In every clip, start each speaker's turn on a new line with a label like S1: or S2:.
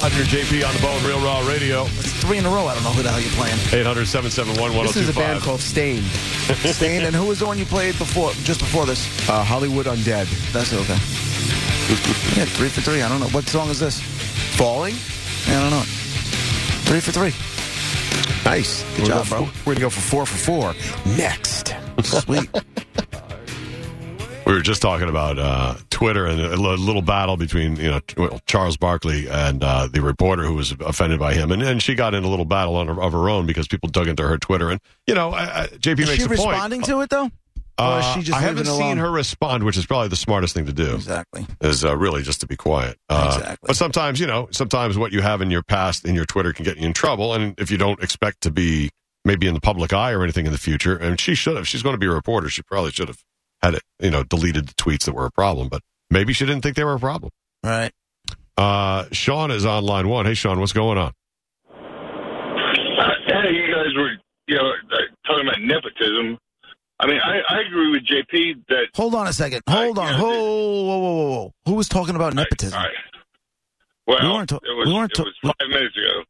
S1: 100 JP on the bone, Real Raw Radio.
S2: It's three in a row. I don't know who the hell you're playing.
S1: 800 771
S2: This is a band called Stained. Stained, and who was the one you played before, just before this?
S3: Uh, Hollywood Undead.
S2: That's it, okay. yeah, three for three. I don't know. What song is this?
S3: Falling?
S2: I don't know. Three for three.
S3: Nice.
S2: Good job,
S3: We're
S2: bro.
S3: going to go for four for four. Next.
S2: Sweet.
S1: We were just talking about uh, Twitter and a li- little battle between you know Ch- well, Charles Barkley and uh, the reporter who was offended by him, and, and she got in a little battle on her, of her own because people dug into her Twitter, and you know I, I, JP
S2: is
S1: makes
S2: she
S1: a point.
S2: responding to it, though? Or is
S1: Uh,
S2: she just
S1: I haven't
S2: leaving it
S1: seen
S2: alone?
S1: her respond, which is probably the smartest thing to do.
S2: Exactly.
S1: Is uh, really just to be quiet. Uh,
S2: Exactly.
S1: But sometimes, you know, sometimes what you have in your past in your Twitter can get you in trouble, and if you don't expect to be maybe in the public eye or anything in the future, and she should have. She's going to be a reporter. She probably should have had it, you know, deleted the tweets that were a problem. But maybe she didn't think they were a problem.
S2: Right.
S1: Uh, Sean is on line one. Hey, Sean, what's going on?
S4: Uh, hey, you guys were you know uh, talking about nepotism. I mean, I, I agree with JP that.
S2: Hold on a second. Hold
S4: Uh,
S2: on.
S4: yeah,
S2: Whoa, whoa, whoa, whoa, whoa. Who was talking about nepotism?
S4: I- well,
S2: We weren't ta-
S4: it was,
S2: we weren't ta-
S4: it was five minutes ago.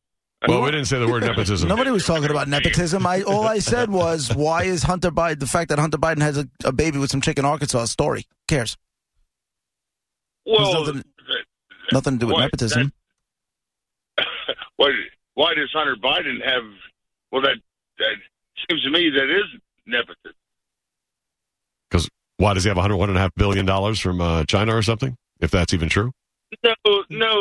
S1: Well, we didn't say the word nepotism.
S2: Nobody was talking about nepotism. I all I said was, why is Hunter Biden the fact that Hunter Biden has a, a baby with some chick in Arkansas? a Story Who cares
S4: Well,
S2: There's nothing- nothing to do with
S4: Why?
S2: nepotism.
S4: why, why does Hunter Biden have? Well, that that seems to me that is nepotism.
S1: Because why does he have $101.5 billion from uh, China or something, if that's even true?
S4: No, no.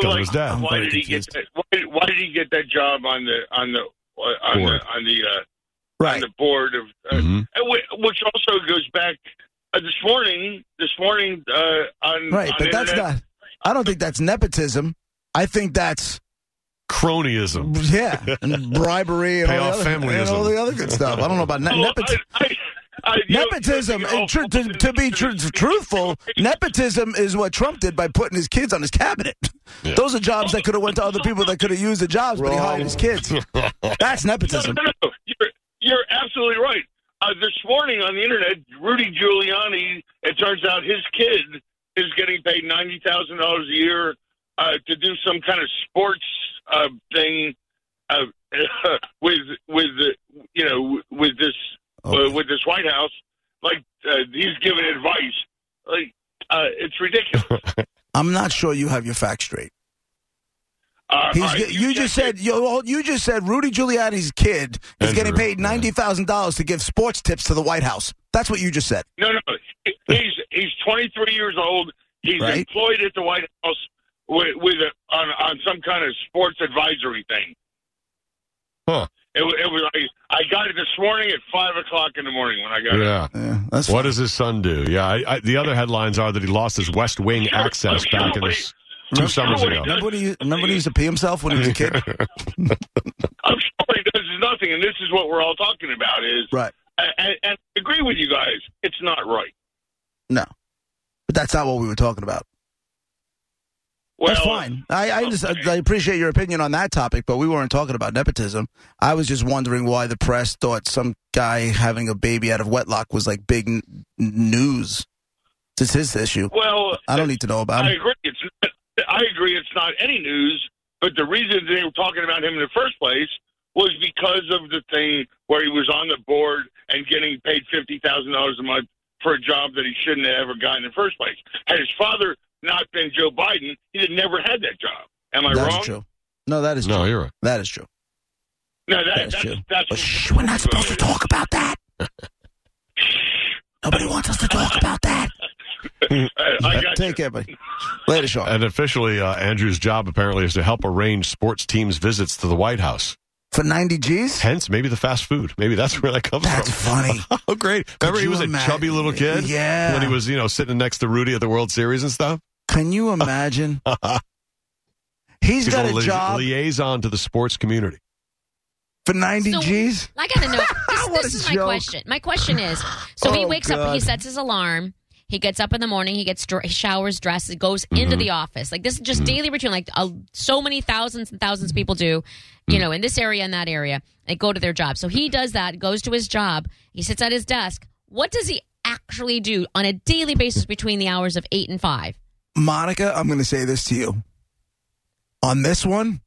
S1: 'Cause of
S4: Like,
S1: his dad.
S2: I'm
S4: Why
S2: very
S4: did he get
S2: confused.
S4: that? Why, why did he get that job on the on the uh, on
S1: Board.
S4: the on the uh, on
S2: Right. Mm-hmm.
S4: the board of, uh,
S1: Mhm.
S4: and whi- which also goes back uh, this morning. This morning uh, on
S2: Right.
S4: on
S2: But that's
S4: internet-
S2: not. I don't think that's nepotism. I think that's
S1: cronyism.
S2: yeah, and bribery and, all
S1: Payoff
S2: the, other, and
S1: familyism.
S2: all the other good stuff. I don't know about ne-
S4: Well,
S2: nepotism.
S4: I- I- I- you know,
S2: Nepotism,
S4: you know,
S2: and tr- to, to be tr- truthful, nepotism is what Trump did by putting his kids on his cabinet.
S1: Yeah.
S2: Those are jobs that could have went to other people that could have used the jobs, but he hired his kids. That's
S4: No,
S2: nepotism.
S4: no, no. You're, you're absolutely right. Uh, this morning on the internet, Rudy Giuliani. It turns out his kid is getting paid ninety thousand dollars a year uh, to do some kind of sports uh, thing uh, with with uh, you know with this uh, with this White House. Like uh, he's giving advice. Like uh, it's ridiculous.
S2: I'm not sure you have your facts straight.
S4: Uh,
S2: He's
S4: all right,
S2: get- you, just said you, well, you just said Rudy Giuliani's kid is
S1: Andrew,
S2: getting paid
S1: yeah.
S2: ninety thousand dollars to give sports tips to the White House. That's what you just said.
S4: No, no. He's he's 23 years old. He's
S2: Right.
S4: employed at the White House with, with a, on on some kind of sports advisory thing.
S1: Huh.
S4: It, wa- it was like, I got it this morning at five o'clock in the morning when I got it.
S1: Yeah.
S2: Yeah, that's
S1: What does his son do? Yeah. I, I, the other headlines are that he lost his West Wing access back in the, s- two summers ago.
S2: Remember when, he, remember when he used to pee himself when he was a kid?
S4: I'm sure he does nothing, and this is what we're all talking about. Is
S2: Right.
S4: and, and I agree with you guys. It's not right.
S2: No, but that's not what we were talking about.
S4: Well,
S2: That's fine. I I, just, I appreciate your opinion on that topic, but we weren't talking about nepotism. I was just wondering why the press thought some guy having a baby out of wedlock was like big n- news. It's his issue.
S4: Well,
S2: I don't need to know about
S4: I
S2: it.
S4: agree. It's not, I agree. It's not any news, but the reason they were talking about him in the first place was because of the thing where he was on the board and getting paid fifty thousand dollars a month for a job that he shouldn't have ever gotten in the first place. Had his father not been Joe Biden, he'd have never had that job. Am I
S2: That's
S4: wrong?
S2: true. No, that is
S1: No,
S2: true.
S1: you're right.
S2: That is true.
S4: No, that,
S2: That's
S4: that's that's,
S2: true.
S4: that's
S2: But shh, we're not supposed to talk about that. Nobody wants us to talk about that.
S4: Uh, I, I got
S2: Take
S4: you.
S2: care, buddy. Later, Sean.
S1: And officially, uh, Andrew's job apparently is to help arrange sports teams' visits to the White House.
S2: For 90 G's?
S1: Hence, maybe the fast food. Maybe that's where that comes
S2: That's
S1: from.
S2: funny.
S1: Oh, great. Remember, he
S2: you
S1: was a
S2: imagine-
S1: chubby little kid?
S2: Yeah.
S1: When he was, you know, sitting next to Rudy at the World Series and stuff?
S2: Can you imagine? He's got
S1: a
S2: a
S1: li-
S2: job
S1: liaison to the sports community.
S2: for 90
S5: So-
S2: G's.
S5: I gotta know. This,
S2: What
S5: this
S2: a
S5: is my
S2: joke.
S5: question. My question is: so he
S2: Oh,
S5: wakes up,
S2: God.
S5: he sets his alarm, he gets up in the morning, he gets dr- he showers, dresses, goes
S2: Mm-hmm.
S5: into the office. Like this is just daily routine. Like uh, so many thousands and thousands of people do,
S2: Mm.
S5: you know, in this area and that area. They go to their job. So he does that, goes to his job, he sits at his desk. What does he actually do on a daily basis between the hours of eight and five?
S2: Monica, I'm going to say this to you. On this one,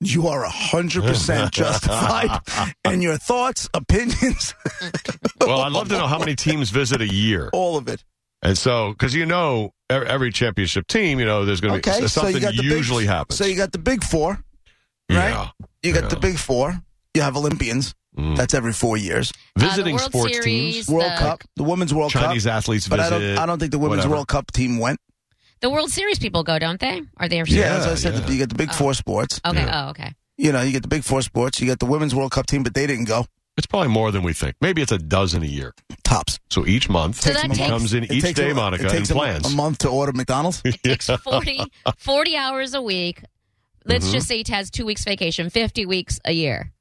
S2: you are 100% justified in your thoughts, opinions,
S1: Well, I'd love to know how many teams visit a year.
S2: all of it.
S1: And so, because you know, e- every championship team, you know, there's going to be
S2: Okay, so
S1: something
S2: you got the
S1: usually
S2: big,
S1: happens.
S2: So you got the big four, right?
S1: Yeah.
S2: You got
S1: Yeah.
S2: the big four. You have Olympians.
S1: Mm.
S2: That's every four years.
S1: Visiting
S5: uh, the World
S1: sports
S5: Series,
S1: teams,
S5: The,
S2: World Cup, the women's World
S1: Chinese
S2: Cup.
S1: athletes
S2: But
S1: visit.
S2: I don't. I don't think the women's
S1: whatever.
S2: World Cup team went.
S5: the World Series people go, don't they? Are they?
S2: Yeah,
S1: Yeah,
S2: as I said,
S1: yeah.
S2: you get the big four sports.
S5: Okay.
S1: Yeah.
S5: Oh, okay.
S2: You know, you get the big four sports. You got the women's World Cup team, but they didn't go
S1: It's probably more than we think. Maybe it's a dozen a year.
S2: tops.
S1: So each month
S5: So that
S1: he
S5: takes-
S1: comes in
S2: It
S1: each
S2: takes
S1: day,
S2: a-
S1: Monica,
S2: it
S1: and
S2: takes a-
S1: plans.
S2: a month to order McDonald's.
S5: It takes 40, 40 hours a week. Let's
S1: Mm-hmm.
S5: just say he has two weeks vacation, 50 weeks a year.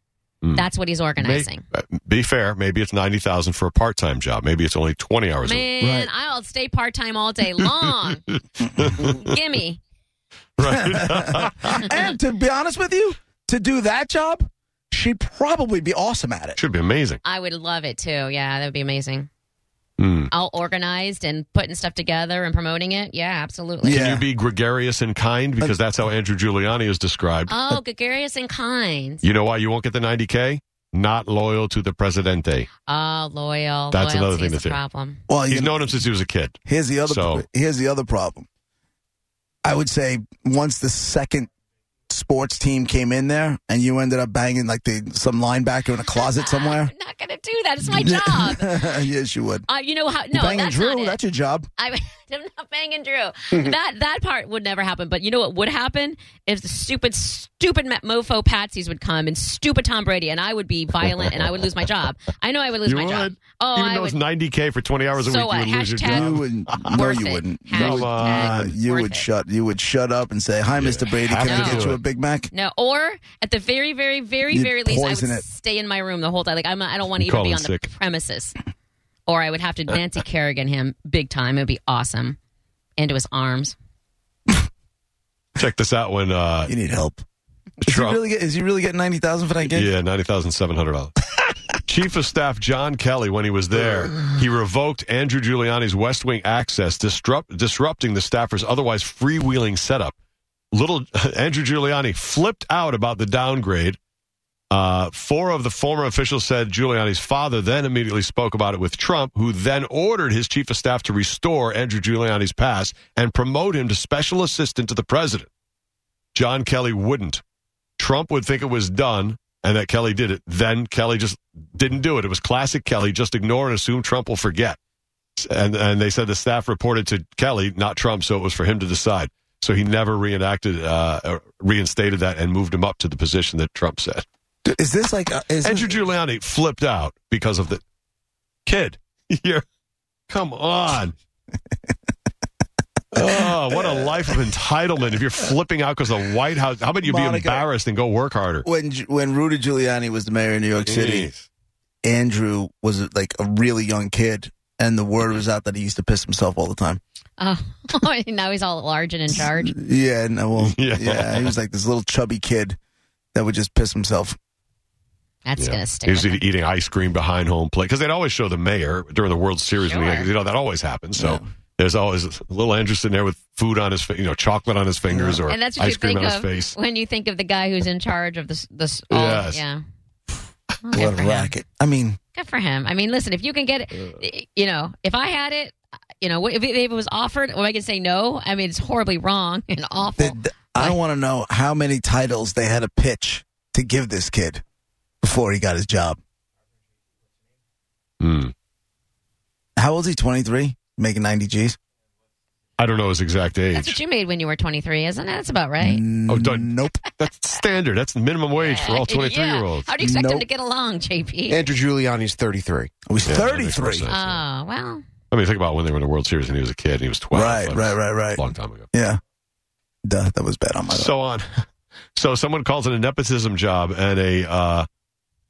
S1: Mm.
S5: That's what he's
S1: May-
S5: organizing.
S1: uh, be fair. Maybe it's ninety thousand for a part-time job. Maybe it's only twenty hours. a week.
S5: Man, I'll stay part time all day long. Gimme.
S2: and to be honest with you, to do that job, she'd probably be awesome at it.
S1: Should be amazing.
S5: I would love it too. Yeah, that would be amazing.
S1: Mm.
S5: All organized and putting stuff together and promoting it. Yeah, absolutely.
S2: Yeah.
S1: Can you be gregarious and kind? Because that's how Andrew Giuliani is described.
S5: Oh, gregarious and kind.
S1: You know why you won't get the ninety k? Not loyal to the presidente.
S5: Oh, loyal.
S1: That's
S5: Loyalty
S1: another thing
S5: is
S1: to
S5: a
S1: think.
S5: problem.
S2: Well, you
S1: He's
S2: know,
S1: known him since he was a kid.
S2: here's the other.
S1: So-
S2: here's the other problem. I would say once the second sports team came in there, and you ended up banging like the some linebacker in a closet somewhere.
S5: I'm not going to do that. It's my job.
S2: yes, you would.
S5: Uh, you know how?
S2: You
S5: No,
S2: banging
S5: that's
S2: Drew,
S5: not it.
S2: that's your job.
S5: I, I'm not banging Drew. that that part would never happen. But you know what would happen if the stupid, stupid mo- mofo patsies would come and stupid Tom Brady, and I would be violent and I would lose my job. I know I would lose
S1: You
S5: my job.
S1: would?
S5: Oh,
S1: Even
S5: I
S1: though
S5: would.
S1: it's ninety k for twenty hours a
S5: So
S1: week,
S5: what?
S1: you would lose your
S5: Hashtag-
S1: job.
S2: You wouldn't. No,
S5: Worth
S2: you
S5: it.
S2: wouldn't.
S5: Hashtag
S2: you would, uh, you
S5: worth
S2: would
S5: it.
S2: shut. You would shut up and say, "Hi, Mr. Brady. Can
S5: Have
S2: I
S5: to
S2: get
S1: do
S2: you
S1: it.
S2: a Big Mac?"
S5: no, or at the very, very, very,
S2: You'd
S5: very least, I would
S2: poison it.
S5: stay in my room the whole time. Like I'm, not- I don't want to
S1: You'd
S5: even
S1: call
S5: be
S1: in
S5: on the
S1: sick.
S5: premises, or I would have to Nancy Kerrigan him big time. It would be awesome into his arms.
S1: Check this out when uh,
S2: You need help. Is he
S1: Trump.
S2: really, get, is he really getting ninety thousand for that gig?
S1: Yeah, ninety thousand seven hundred dollars. Chief of Staff John Kelly, when he was there, he revoked Andrew Giuliani's West Wing access, disrupt, disrupting the staffer's otherwise freewheeling setup. Little Andrew Giuliani flipped out about the downgrade. Uh, four of the former officials said Giuliani's father then immediately spoke about it with Trump, who then ordered his chief of staff to restore Andrew Giuliani's pass and promote him to special assistant to the president. John Kelly wouldn't. Trump would think it was done and that Kelly did it. Then Kelly just didn't do it. It was classic Kelly. Just ignore and assume Trump will forget. And and they said the staff reported to Kelly, not Trump, so it was for him to decide. So he never reenacted, uh, or reinstated that, and moved him up to the position that Trump said.
S2: Is this like a, is
S1: Andrew Giuliani flipped out because of the kid. You're, come on. oh, what a life of entitlement! If you're flipping out because the White House, how about you be
S2: Monica.
S1: embarrassed and go work harder?
S2: when Ju- when Rudy Giuliani was the mayor of New York City?
S1: Jeez.
S2: Andrew was like a really young kid, and the word was out that he used to piss himself all the time.
S5: Oh, now he's all large and in charge.
S2: Yeah, no, well,
S1: Yeah.
S2: yeah. he was like this little chubby kid that would just piss himself.
S5: That's
S1: Yeah.
S5: gonna stick.
S1: He was
S5: with him.
S1: eat- eating ice cream behind home plate because they'd always show the mayor during the World Series. and
S5: Sure.
S1: like, you know that always happens. So there's always little Andrew sitting there with food on his, fi- you know, chocolate on his fingers or
S5: and that's what
S1: ice
S5: you
S1: cream on
S5: think
S1: his
S5: of
S1: face.
S5: when you think of the guy who's in charge of this. This, all,
S1: Yes.
S5: yeah.
S2: What a
S5: for him.
S2: racket! I mean,
S5: Good for him. I mean, listen, if you can get
S1: Uh.
S5: it, you know, if I had it, you know, if it if it was offered, am I going to say no? I mean, it's horribly wrong and awful.
S2: the, the- I don't want to know how many titles they had to pitch to give this kid before he got his job.
S1: Hmm.
S2: How old is he? Twenty three, making ninety G's.
S1: I don't know his exact
S5: That's
S1: age.
S5: what you made when you were 23, isn't it? That's about right. Uh,
S1: Oh, done.
S2: Nope.
S1: That's standard. That's the minimum wage for all 23
S5: Yeah.
S1: year olds.
S5: How do you expect him
S2: Nope.
S5: to get along, JP?
S3: Andrew Giuliani's 33.
S2: He was
S1: Yeah, that
S2: thirty
S1: makes more
S2: three.
S1: sense.
S5: Oh, well.
S1: I mean, think about when they were in the World Series and he was a kid and he was 12.
S2: Right,
S1: That was
S2: right, right,
S1: A
S2: right.
S1: long time ago.
S2: Yeah. Duh, that was bad on my
S1: So on So someone calls it a nepotism job, and a uh,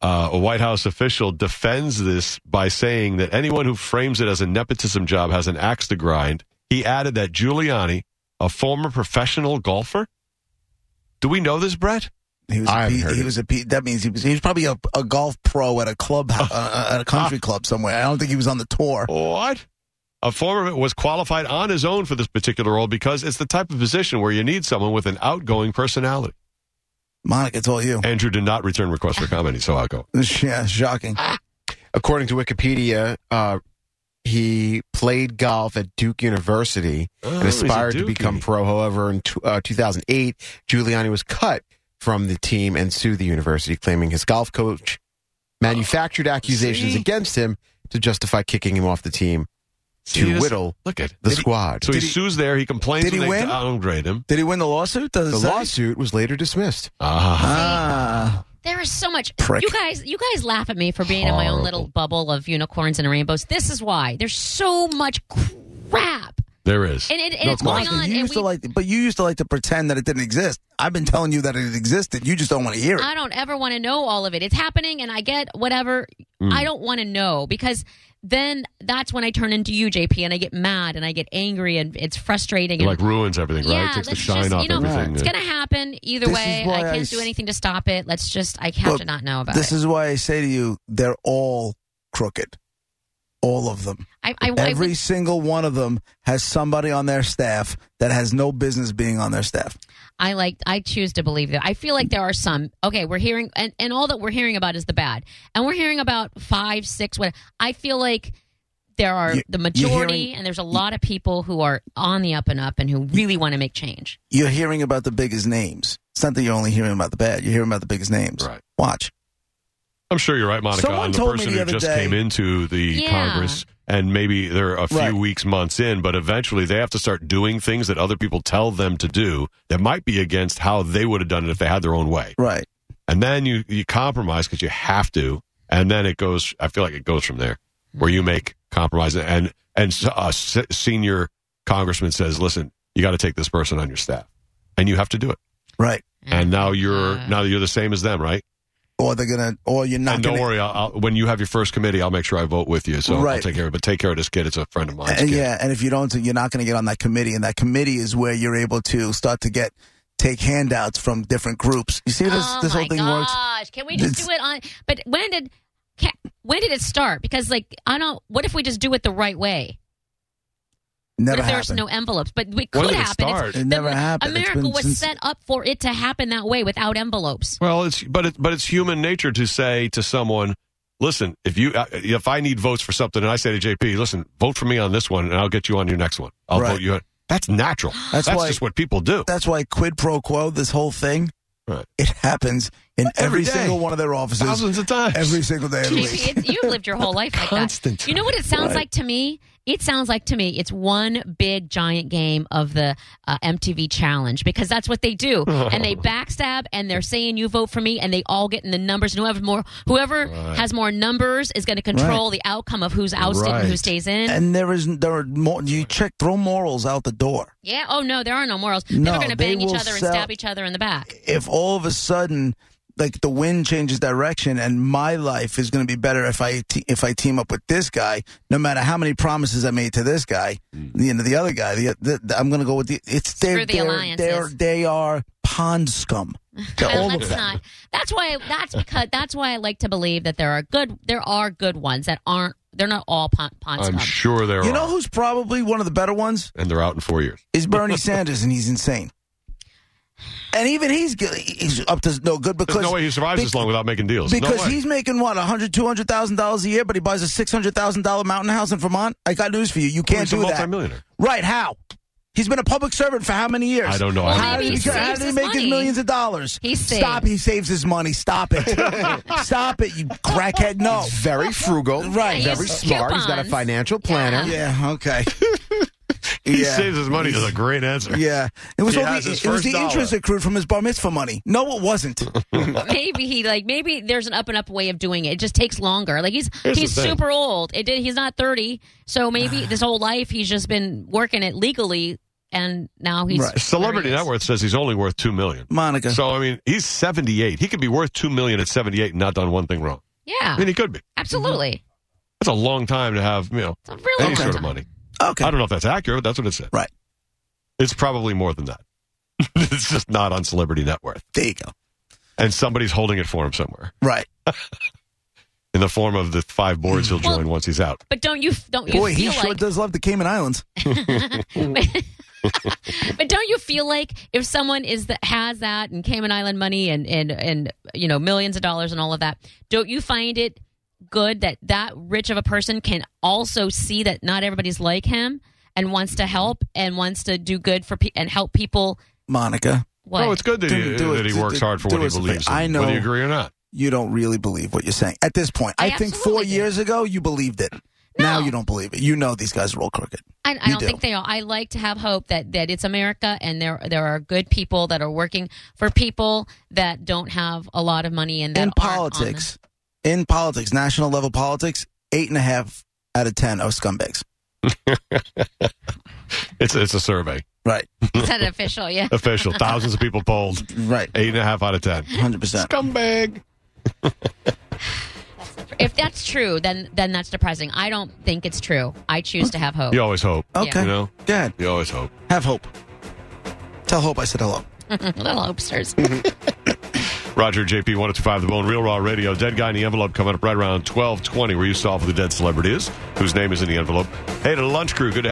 S1: uh, a White House official defends this by saying that anyone who frames it as a nepotism job has an axe to grind. He added that Giuliani, a former professional golfer, do we know this, Brett?
S2: He was.
S3: I
S2: A
S3: haven't
S2: P,
S3: heard
S2: he
S3: it. Oh.
S2: was a P, That means he was. He was probably a, a golf pro at a club, uh, at a country club somewhere. I don't think he was on the tour.
S1: What? A former of it was qualified on his own for this particular role because it's the type of position where you need someone with an outgoing personality.
S2: Monica, it's all you.
S1: Andrew did not return requests for comment. He's so outgoing.
S2: Yeah, shocking.
S3: According to Wikipedia, uh, he played golf at Duke University
S1: Oh,
S3: and
S1: he's a
S3: aspired to become
S1: Dookie.
S3: pro. However, in tw uh, 2008, Giuliani was cut from the team and sued the university, claiming his golf coach manufactured accusations
S1: Uh, see?
S3: against him to justify kicking him off the team
S1: See,
S3: to
S1: this-
S3: whittle
S1: Look at
S3: the
S1: Did he-
S3: squad.
S1: So he,
S2: Did he-
S1: sues there. He complains.
S2: Did
S1: when
S2: he
S1: they
S2: win?
S1: Downgrade him.
S2: Did he win the lawsuit? Does it
S3: the
S2: say?
S3: lawsuit was later dismissed.
S1: Ah,
S2: Ah,
S5: There is so much.
S2: Prick.
S5: You guys, you guys laugh at me for being in my own
S1: Horrible.
S5: little bubble of unicorns and rainbows. This is why there's so much crap,
S1: there is.
S5: and, it, and
S3: No,
S5: it's going
S2: Monica,
S5: on.
S2: you
S5: and
S2: used
S5: we,
S2: to like, but you used to like to pretend that it didn't exist. I've been telling you that it existed. You just don't want to hear it.
S5: I don't ever want to know all of it. It's happening, and I get whatever. I don't want to know because then that's when I turn into you, JP, and I get mad and I get angry, and it's frustrating.
S1: It
S5: and
S1: like ruins everything, right? It takes the
S5: let's
S1: shine
S5: just-
S1: off
S5: you know,
S1: everything.
S5: It's going to happen either
S2: This
S5: way.
S2: is why
S5: I can't
S2: I
S5: do
S2: s-
S5: anything to stop it. Let's just, I have
S2: Look,
S5: to not know about
S2: This
S5: it.
S2: is why I say to you, they're all crooked. All of them.
S5: I, I, I
S2: Every
S5: would-
S2: single one of them has somebody on their staff that has no business being on their staff.
S5: I like, I choose to believe that. I feel like there are some, okay, we're hearing, and, and all that we're hearing about is the bad. And we're hearing about five, six, what, I feel like there are
S2: You-
S5: the
S2: you're hearing-
S5: majority, and there's a lot of people who are on the up and up and who really want to make change.
S2: You're hearing about the biggest names. It's not that you're only hearing about the bad. You're hearing about the biggest names.
S1: Right.
S2: Watch.
S1: I'm sure you're right, Monica.
S2: Someone
S1: I'm the
S2: told me
S1: person
S2: the
S1: who
S2: other
S1: just
S2: day-
S1: came into the
S5: Yeah.
S1: Congress, and maybe they're a few
S2: Right.
S1: weeks, months in, but eventually they have to start doing things that other people tell them to do that might be against how they would have done it if they had their own way.
S2: Right.
S1: And then you you compromise because you have to, and then it goes. I feel like it goes from there, where you make compromise, and and so a se- senior congressman says, "Listen, you got to take this person on your staff, and you have to do it."
S2: Right.
S1: And now you're
S5: Uh,
S1: now you're the same as them, right?
S2: Or they're gonna. Or you're not
S1: and don't
S2: gonna.
S1: worry, I'll, I'll, when you have your first committee, I'll make sure I vote with you. So I'll
S2: Right.
S1: take care of it. But take care of this kid. It's a friend of mine's
S2: And
S1: kid.
S2: yeah, and if you don't, you're not going to get on that committee. And that committee is where you're able to start to get take handouts from different groups. You see how this
S5: oh
S2: this
S5: my
S2: whole thing
S5: gosh.
S2: works.
S5: Can we just
S2: It's-
S5: do it on? But when did ca when did it start? Because like I don't. What if we just do it the right way? What
S2: Never
S5: if there's
S2: happened.
S5: no envelopes? But we
S1: When
S5: could
S1: did it
S5: happen. It's-
S1: start?
S2: It never
S5: the-
S2: happened. It's
S5: America
S2: been
S5: was
S2: since-
S5: set up for it to happen that way without envelopes.
S1: Well, it's but it, but it's human nature to say to someone, "Listen, if you uh, if I need votes for something, and I say to JP, listen, vote for me on this one, and I'll get you on your next one. I'll
S2: Right.
S1: vote you on." That's natural.
S2: That's why-
S1: just what people do.
S2: That's why quid pro quo. This whole thing.
S1: Right.
S2: It happens in
S1: Every
S2: every,
S1: day.
S2: single one of their offices.
S1: Thousands of times.
S2: Every single day of the week.
S5: JP, it's, you've lived your whole life like that. You know what it sounds like to me? It sounds like to me it's one big giant game of the uh, MTV challenge because that's what they do, and they backstab and they're saying you vote for me, and they all get in the numbers. And whoever more, whoever has more numbers is going to control the outcome of who's ousted and who
S1: Right.
S5: stays in.
S2: And there is there are more. You check throw morals out the door.
S5: yeah. Oh no, there are no morals.
S2: No,
S5: They're going to
S2: they
S5: bang each
S2: will
S5: other and
S2: sell-
S5: stab each other in the back.
S2: If all of a sudden. Like the wind changes direction, and my life is going to be better if I te- if I team up with this guy. No matter how many promises I made to this guy,
S1: Mm.
S2: you know the other guy. The, the, the- I'm going to go with the. It's
S5: Screw
S2: their,
S5: the
S2: they're,
S5: alliances.
S2: they're, they are pond scum. They're
S5: Uh,
S2: all of
S5: let's
S2: them.
S5: not. That's why. That's because. That's why I like to believe that there are good. There are good ones that aren't. They're not all pon, pon
S1: I'm
S5: scum.
S1: sure there
S2: You
S1: are,
S2: know who's probably one of the better ones?
S1: and they're out in four years.
S2: is Bernie Sanders, and he's insane. And even he's gu- he's up to no good because
S1: There's no way he survives
S2: be-
S1: this long without making deals. No
S2: Because
S1: way.
S2: he's making what a hundred, two hundred thousand dollars a year, but he buys a six hundred thousand dollar mountain house in Vermont. I got news for you: you
S1: Well,
S2: can't
S1: Oh, he's a
S2: do that.
S1: multimillionaire.
S2: Right? How? He's been a public servant for how many years?
S1: I don't know.
S5: Well,
S2: How
S1: I
S5: maybe
S2: did,
S1: don't
S2: he,
S5: he
S1: know.
S2: how
S5: saves
S2: did he
S5: his
S2: make
S5: money.
S2: his millions of dollars?
S5: He
S2: Stop.
S5: saves.
S2: He saves his money. Stop it. Stop it, you crackhead. No.
S3: Very frugal,
S2: Right.
S3: Very
S5: Yes.
S3: smart. He's got a
S5: Coupons.
S3: financial planner.
S2: Yeah, okay.
S1: He
S2: Yeah.
S1: saves his money is a great answer.
S2: Yeah. It was
S1: He
S2: all
S1: has
S2: the,
S1: his
S2: it was
S1: first
S2: the
S1: dollar.
S2: interest accrued from his bar mitzvah money. No, it wasn't.
S5: maybe he like. Maybe there's an up and up way of doing it. It just takes longer. Like he's
S1: Here's
S5: he's
S1: the thing.
S5: super old. It did. He's not thirty. So maybe this whole life he's just been working it legally and now he's
S2: Right.
S1: Celebrity
S5: where he
S1: net
S5: is.
S1: worth says he's only worth two million.
S2: Monica.
S1: So I mean, he's seventy-eight. He could be worth two million at seventy-eight and not done one thing wrong. I
S5: Yeah,
S1: mean, he could be.
S5: absolutely.
S1: That's a long time to have you know
S5: It's a really
S1: any
S5: long
S1: sort of
S5: time.
S1: money.
S2: okay.
S1: I don't know if that's accurate, but that's what it said.
S2: Right.
S1: It's probably more than that. it's just not on Celebrity Net Worth,
S2: There you go.
S1: and somebody's holding it for him somewhere
S2: Right.
S1: in the form of the five boards he'll
S5: Well-
S1: join once he's out.
S5: But don't you don't you
S2: Boy, he
S5: feel
S2: sure
S5: like
S2: does love the Cayman Islands.
S5: But don't you feel like if someone is that has that and Cayman Island money and and and you know millions of dollars and all of that, don't you find it good that that rich of a person can also see that not everybody's like him and wants to help and wants to do good for pe- and help people?
S2: Monica,
S5: What?
S1: No, Oh, it's good that, he,
S2: Do- do
S1: that
S2: it-
S1: he works
S2: do-
S1: hard for
S2: do
S1: what he
S2: us a favor.
S1: believes. in,
S2: I know-
S1: Whether you agree or not.
S2: you don't really believe what you're saying at this point. I,
S5: I
S2: think four
S5: absolutely do.
S2: years ago you believed it. Now
S5: No.
S2: you don't believe it. You know these guys are all crooked.
S5: I, I
S2: You
S5: don't
S2: do.
S5: think they are. I like to have hope that, that it's America and there there are good people that are working for people that don't have a lot of money and
S2: in
S5: that aren't on the-
S2: politics, in politics, national level politics, eight and a half out of ten are scumbags.
S1: It's it's a survey,
S2: Right.
S5: Is that official? Yeah.
S1: official. Thousands of people polled,
S2: Right.
S1: eight and a half out of ten.
S2: Hundred percent.
S1: Scumbag.
S5: If that's true, then then that's depressing. I don't think it's true. I choose to have hope.
S1: You always hope.
S2: Okay.
S1: You know,
S2: Go ahead.
S1: you always hope.
S2: Have hope. Tell hope I said hello.
S5: Little hopesters.
S1: Roger JP 1025 The Bone Real Raw Radio. Dead Guy in the Envelope coming up right around 1220 where you solve who the dead celebrity is, whose name is in the envelope. Hey to the lunch crew, good to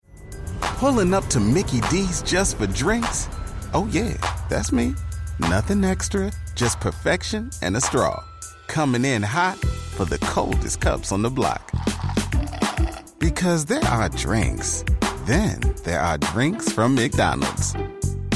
S6: Pulling up to Mickey D's just for drinks? Oh, yeah, that's me. Nothing extra, just perfection and a straw. Coming in hot for the coldest cups on the block. Because there are drinks, then there are drinks from McDonald's.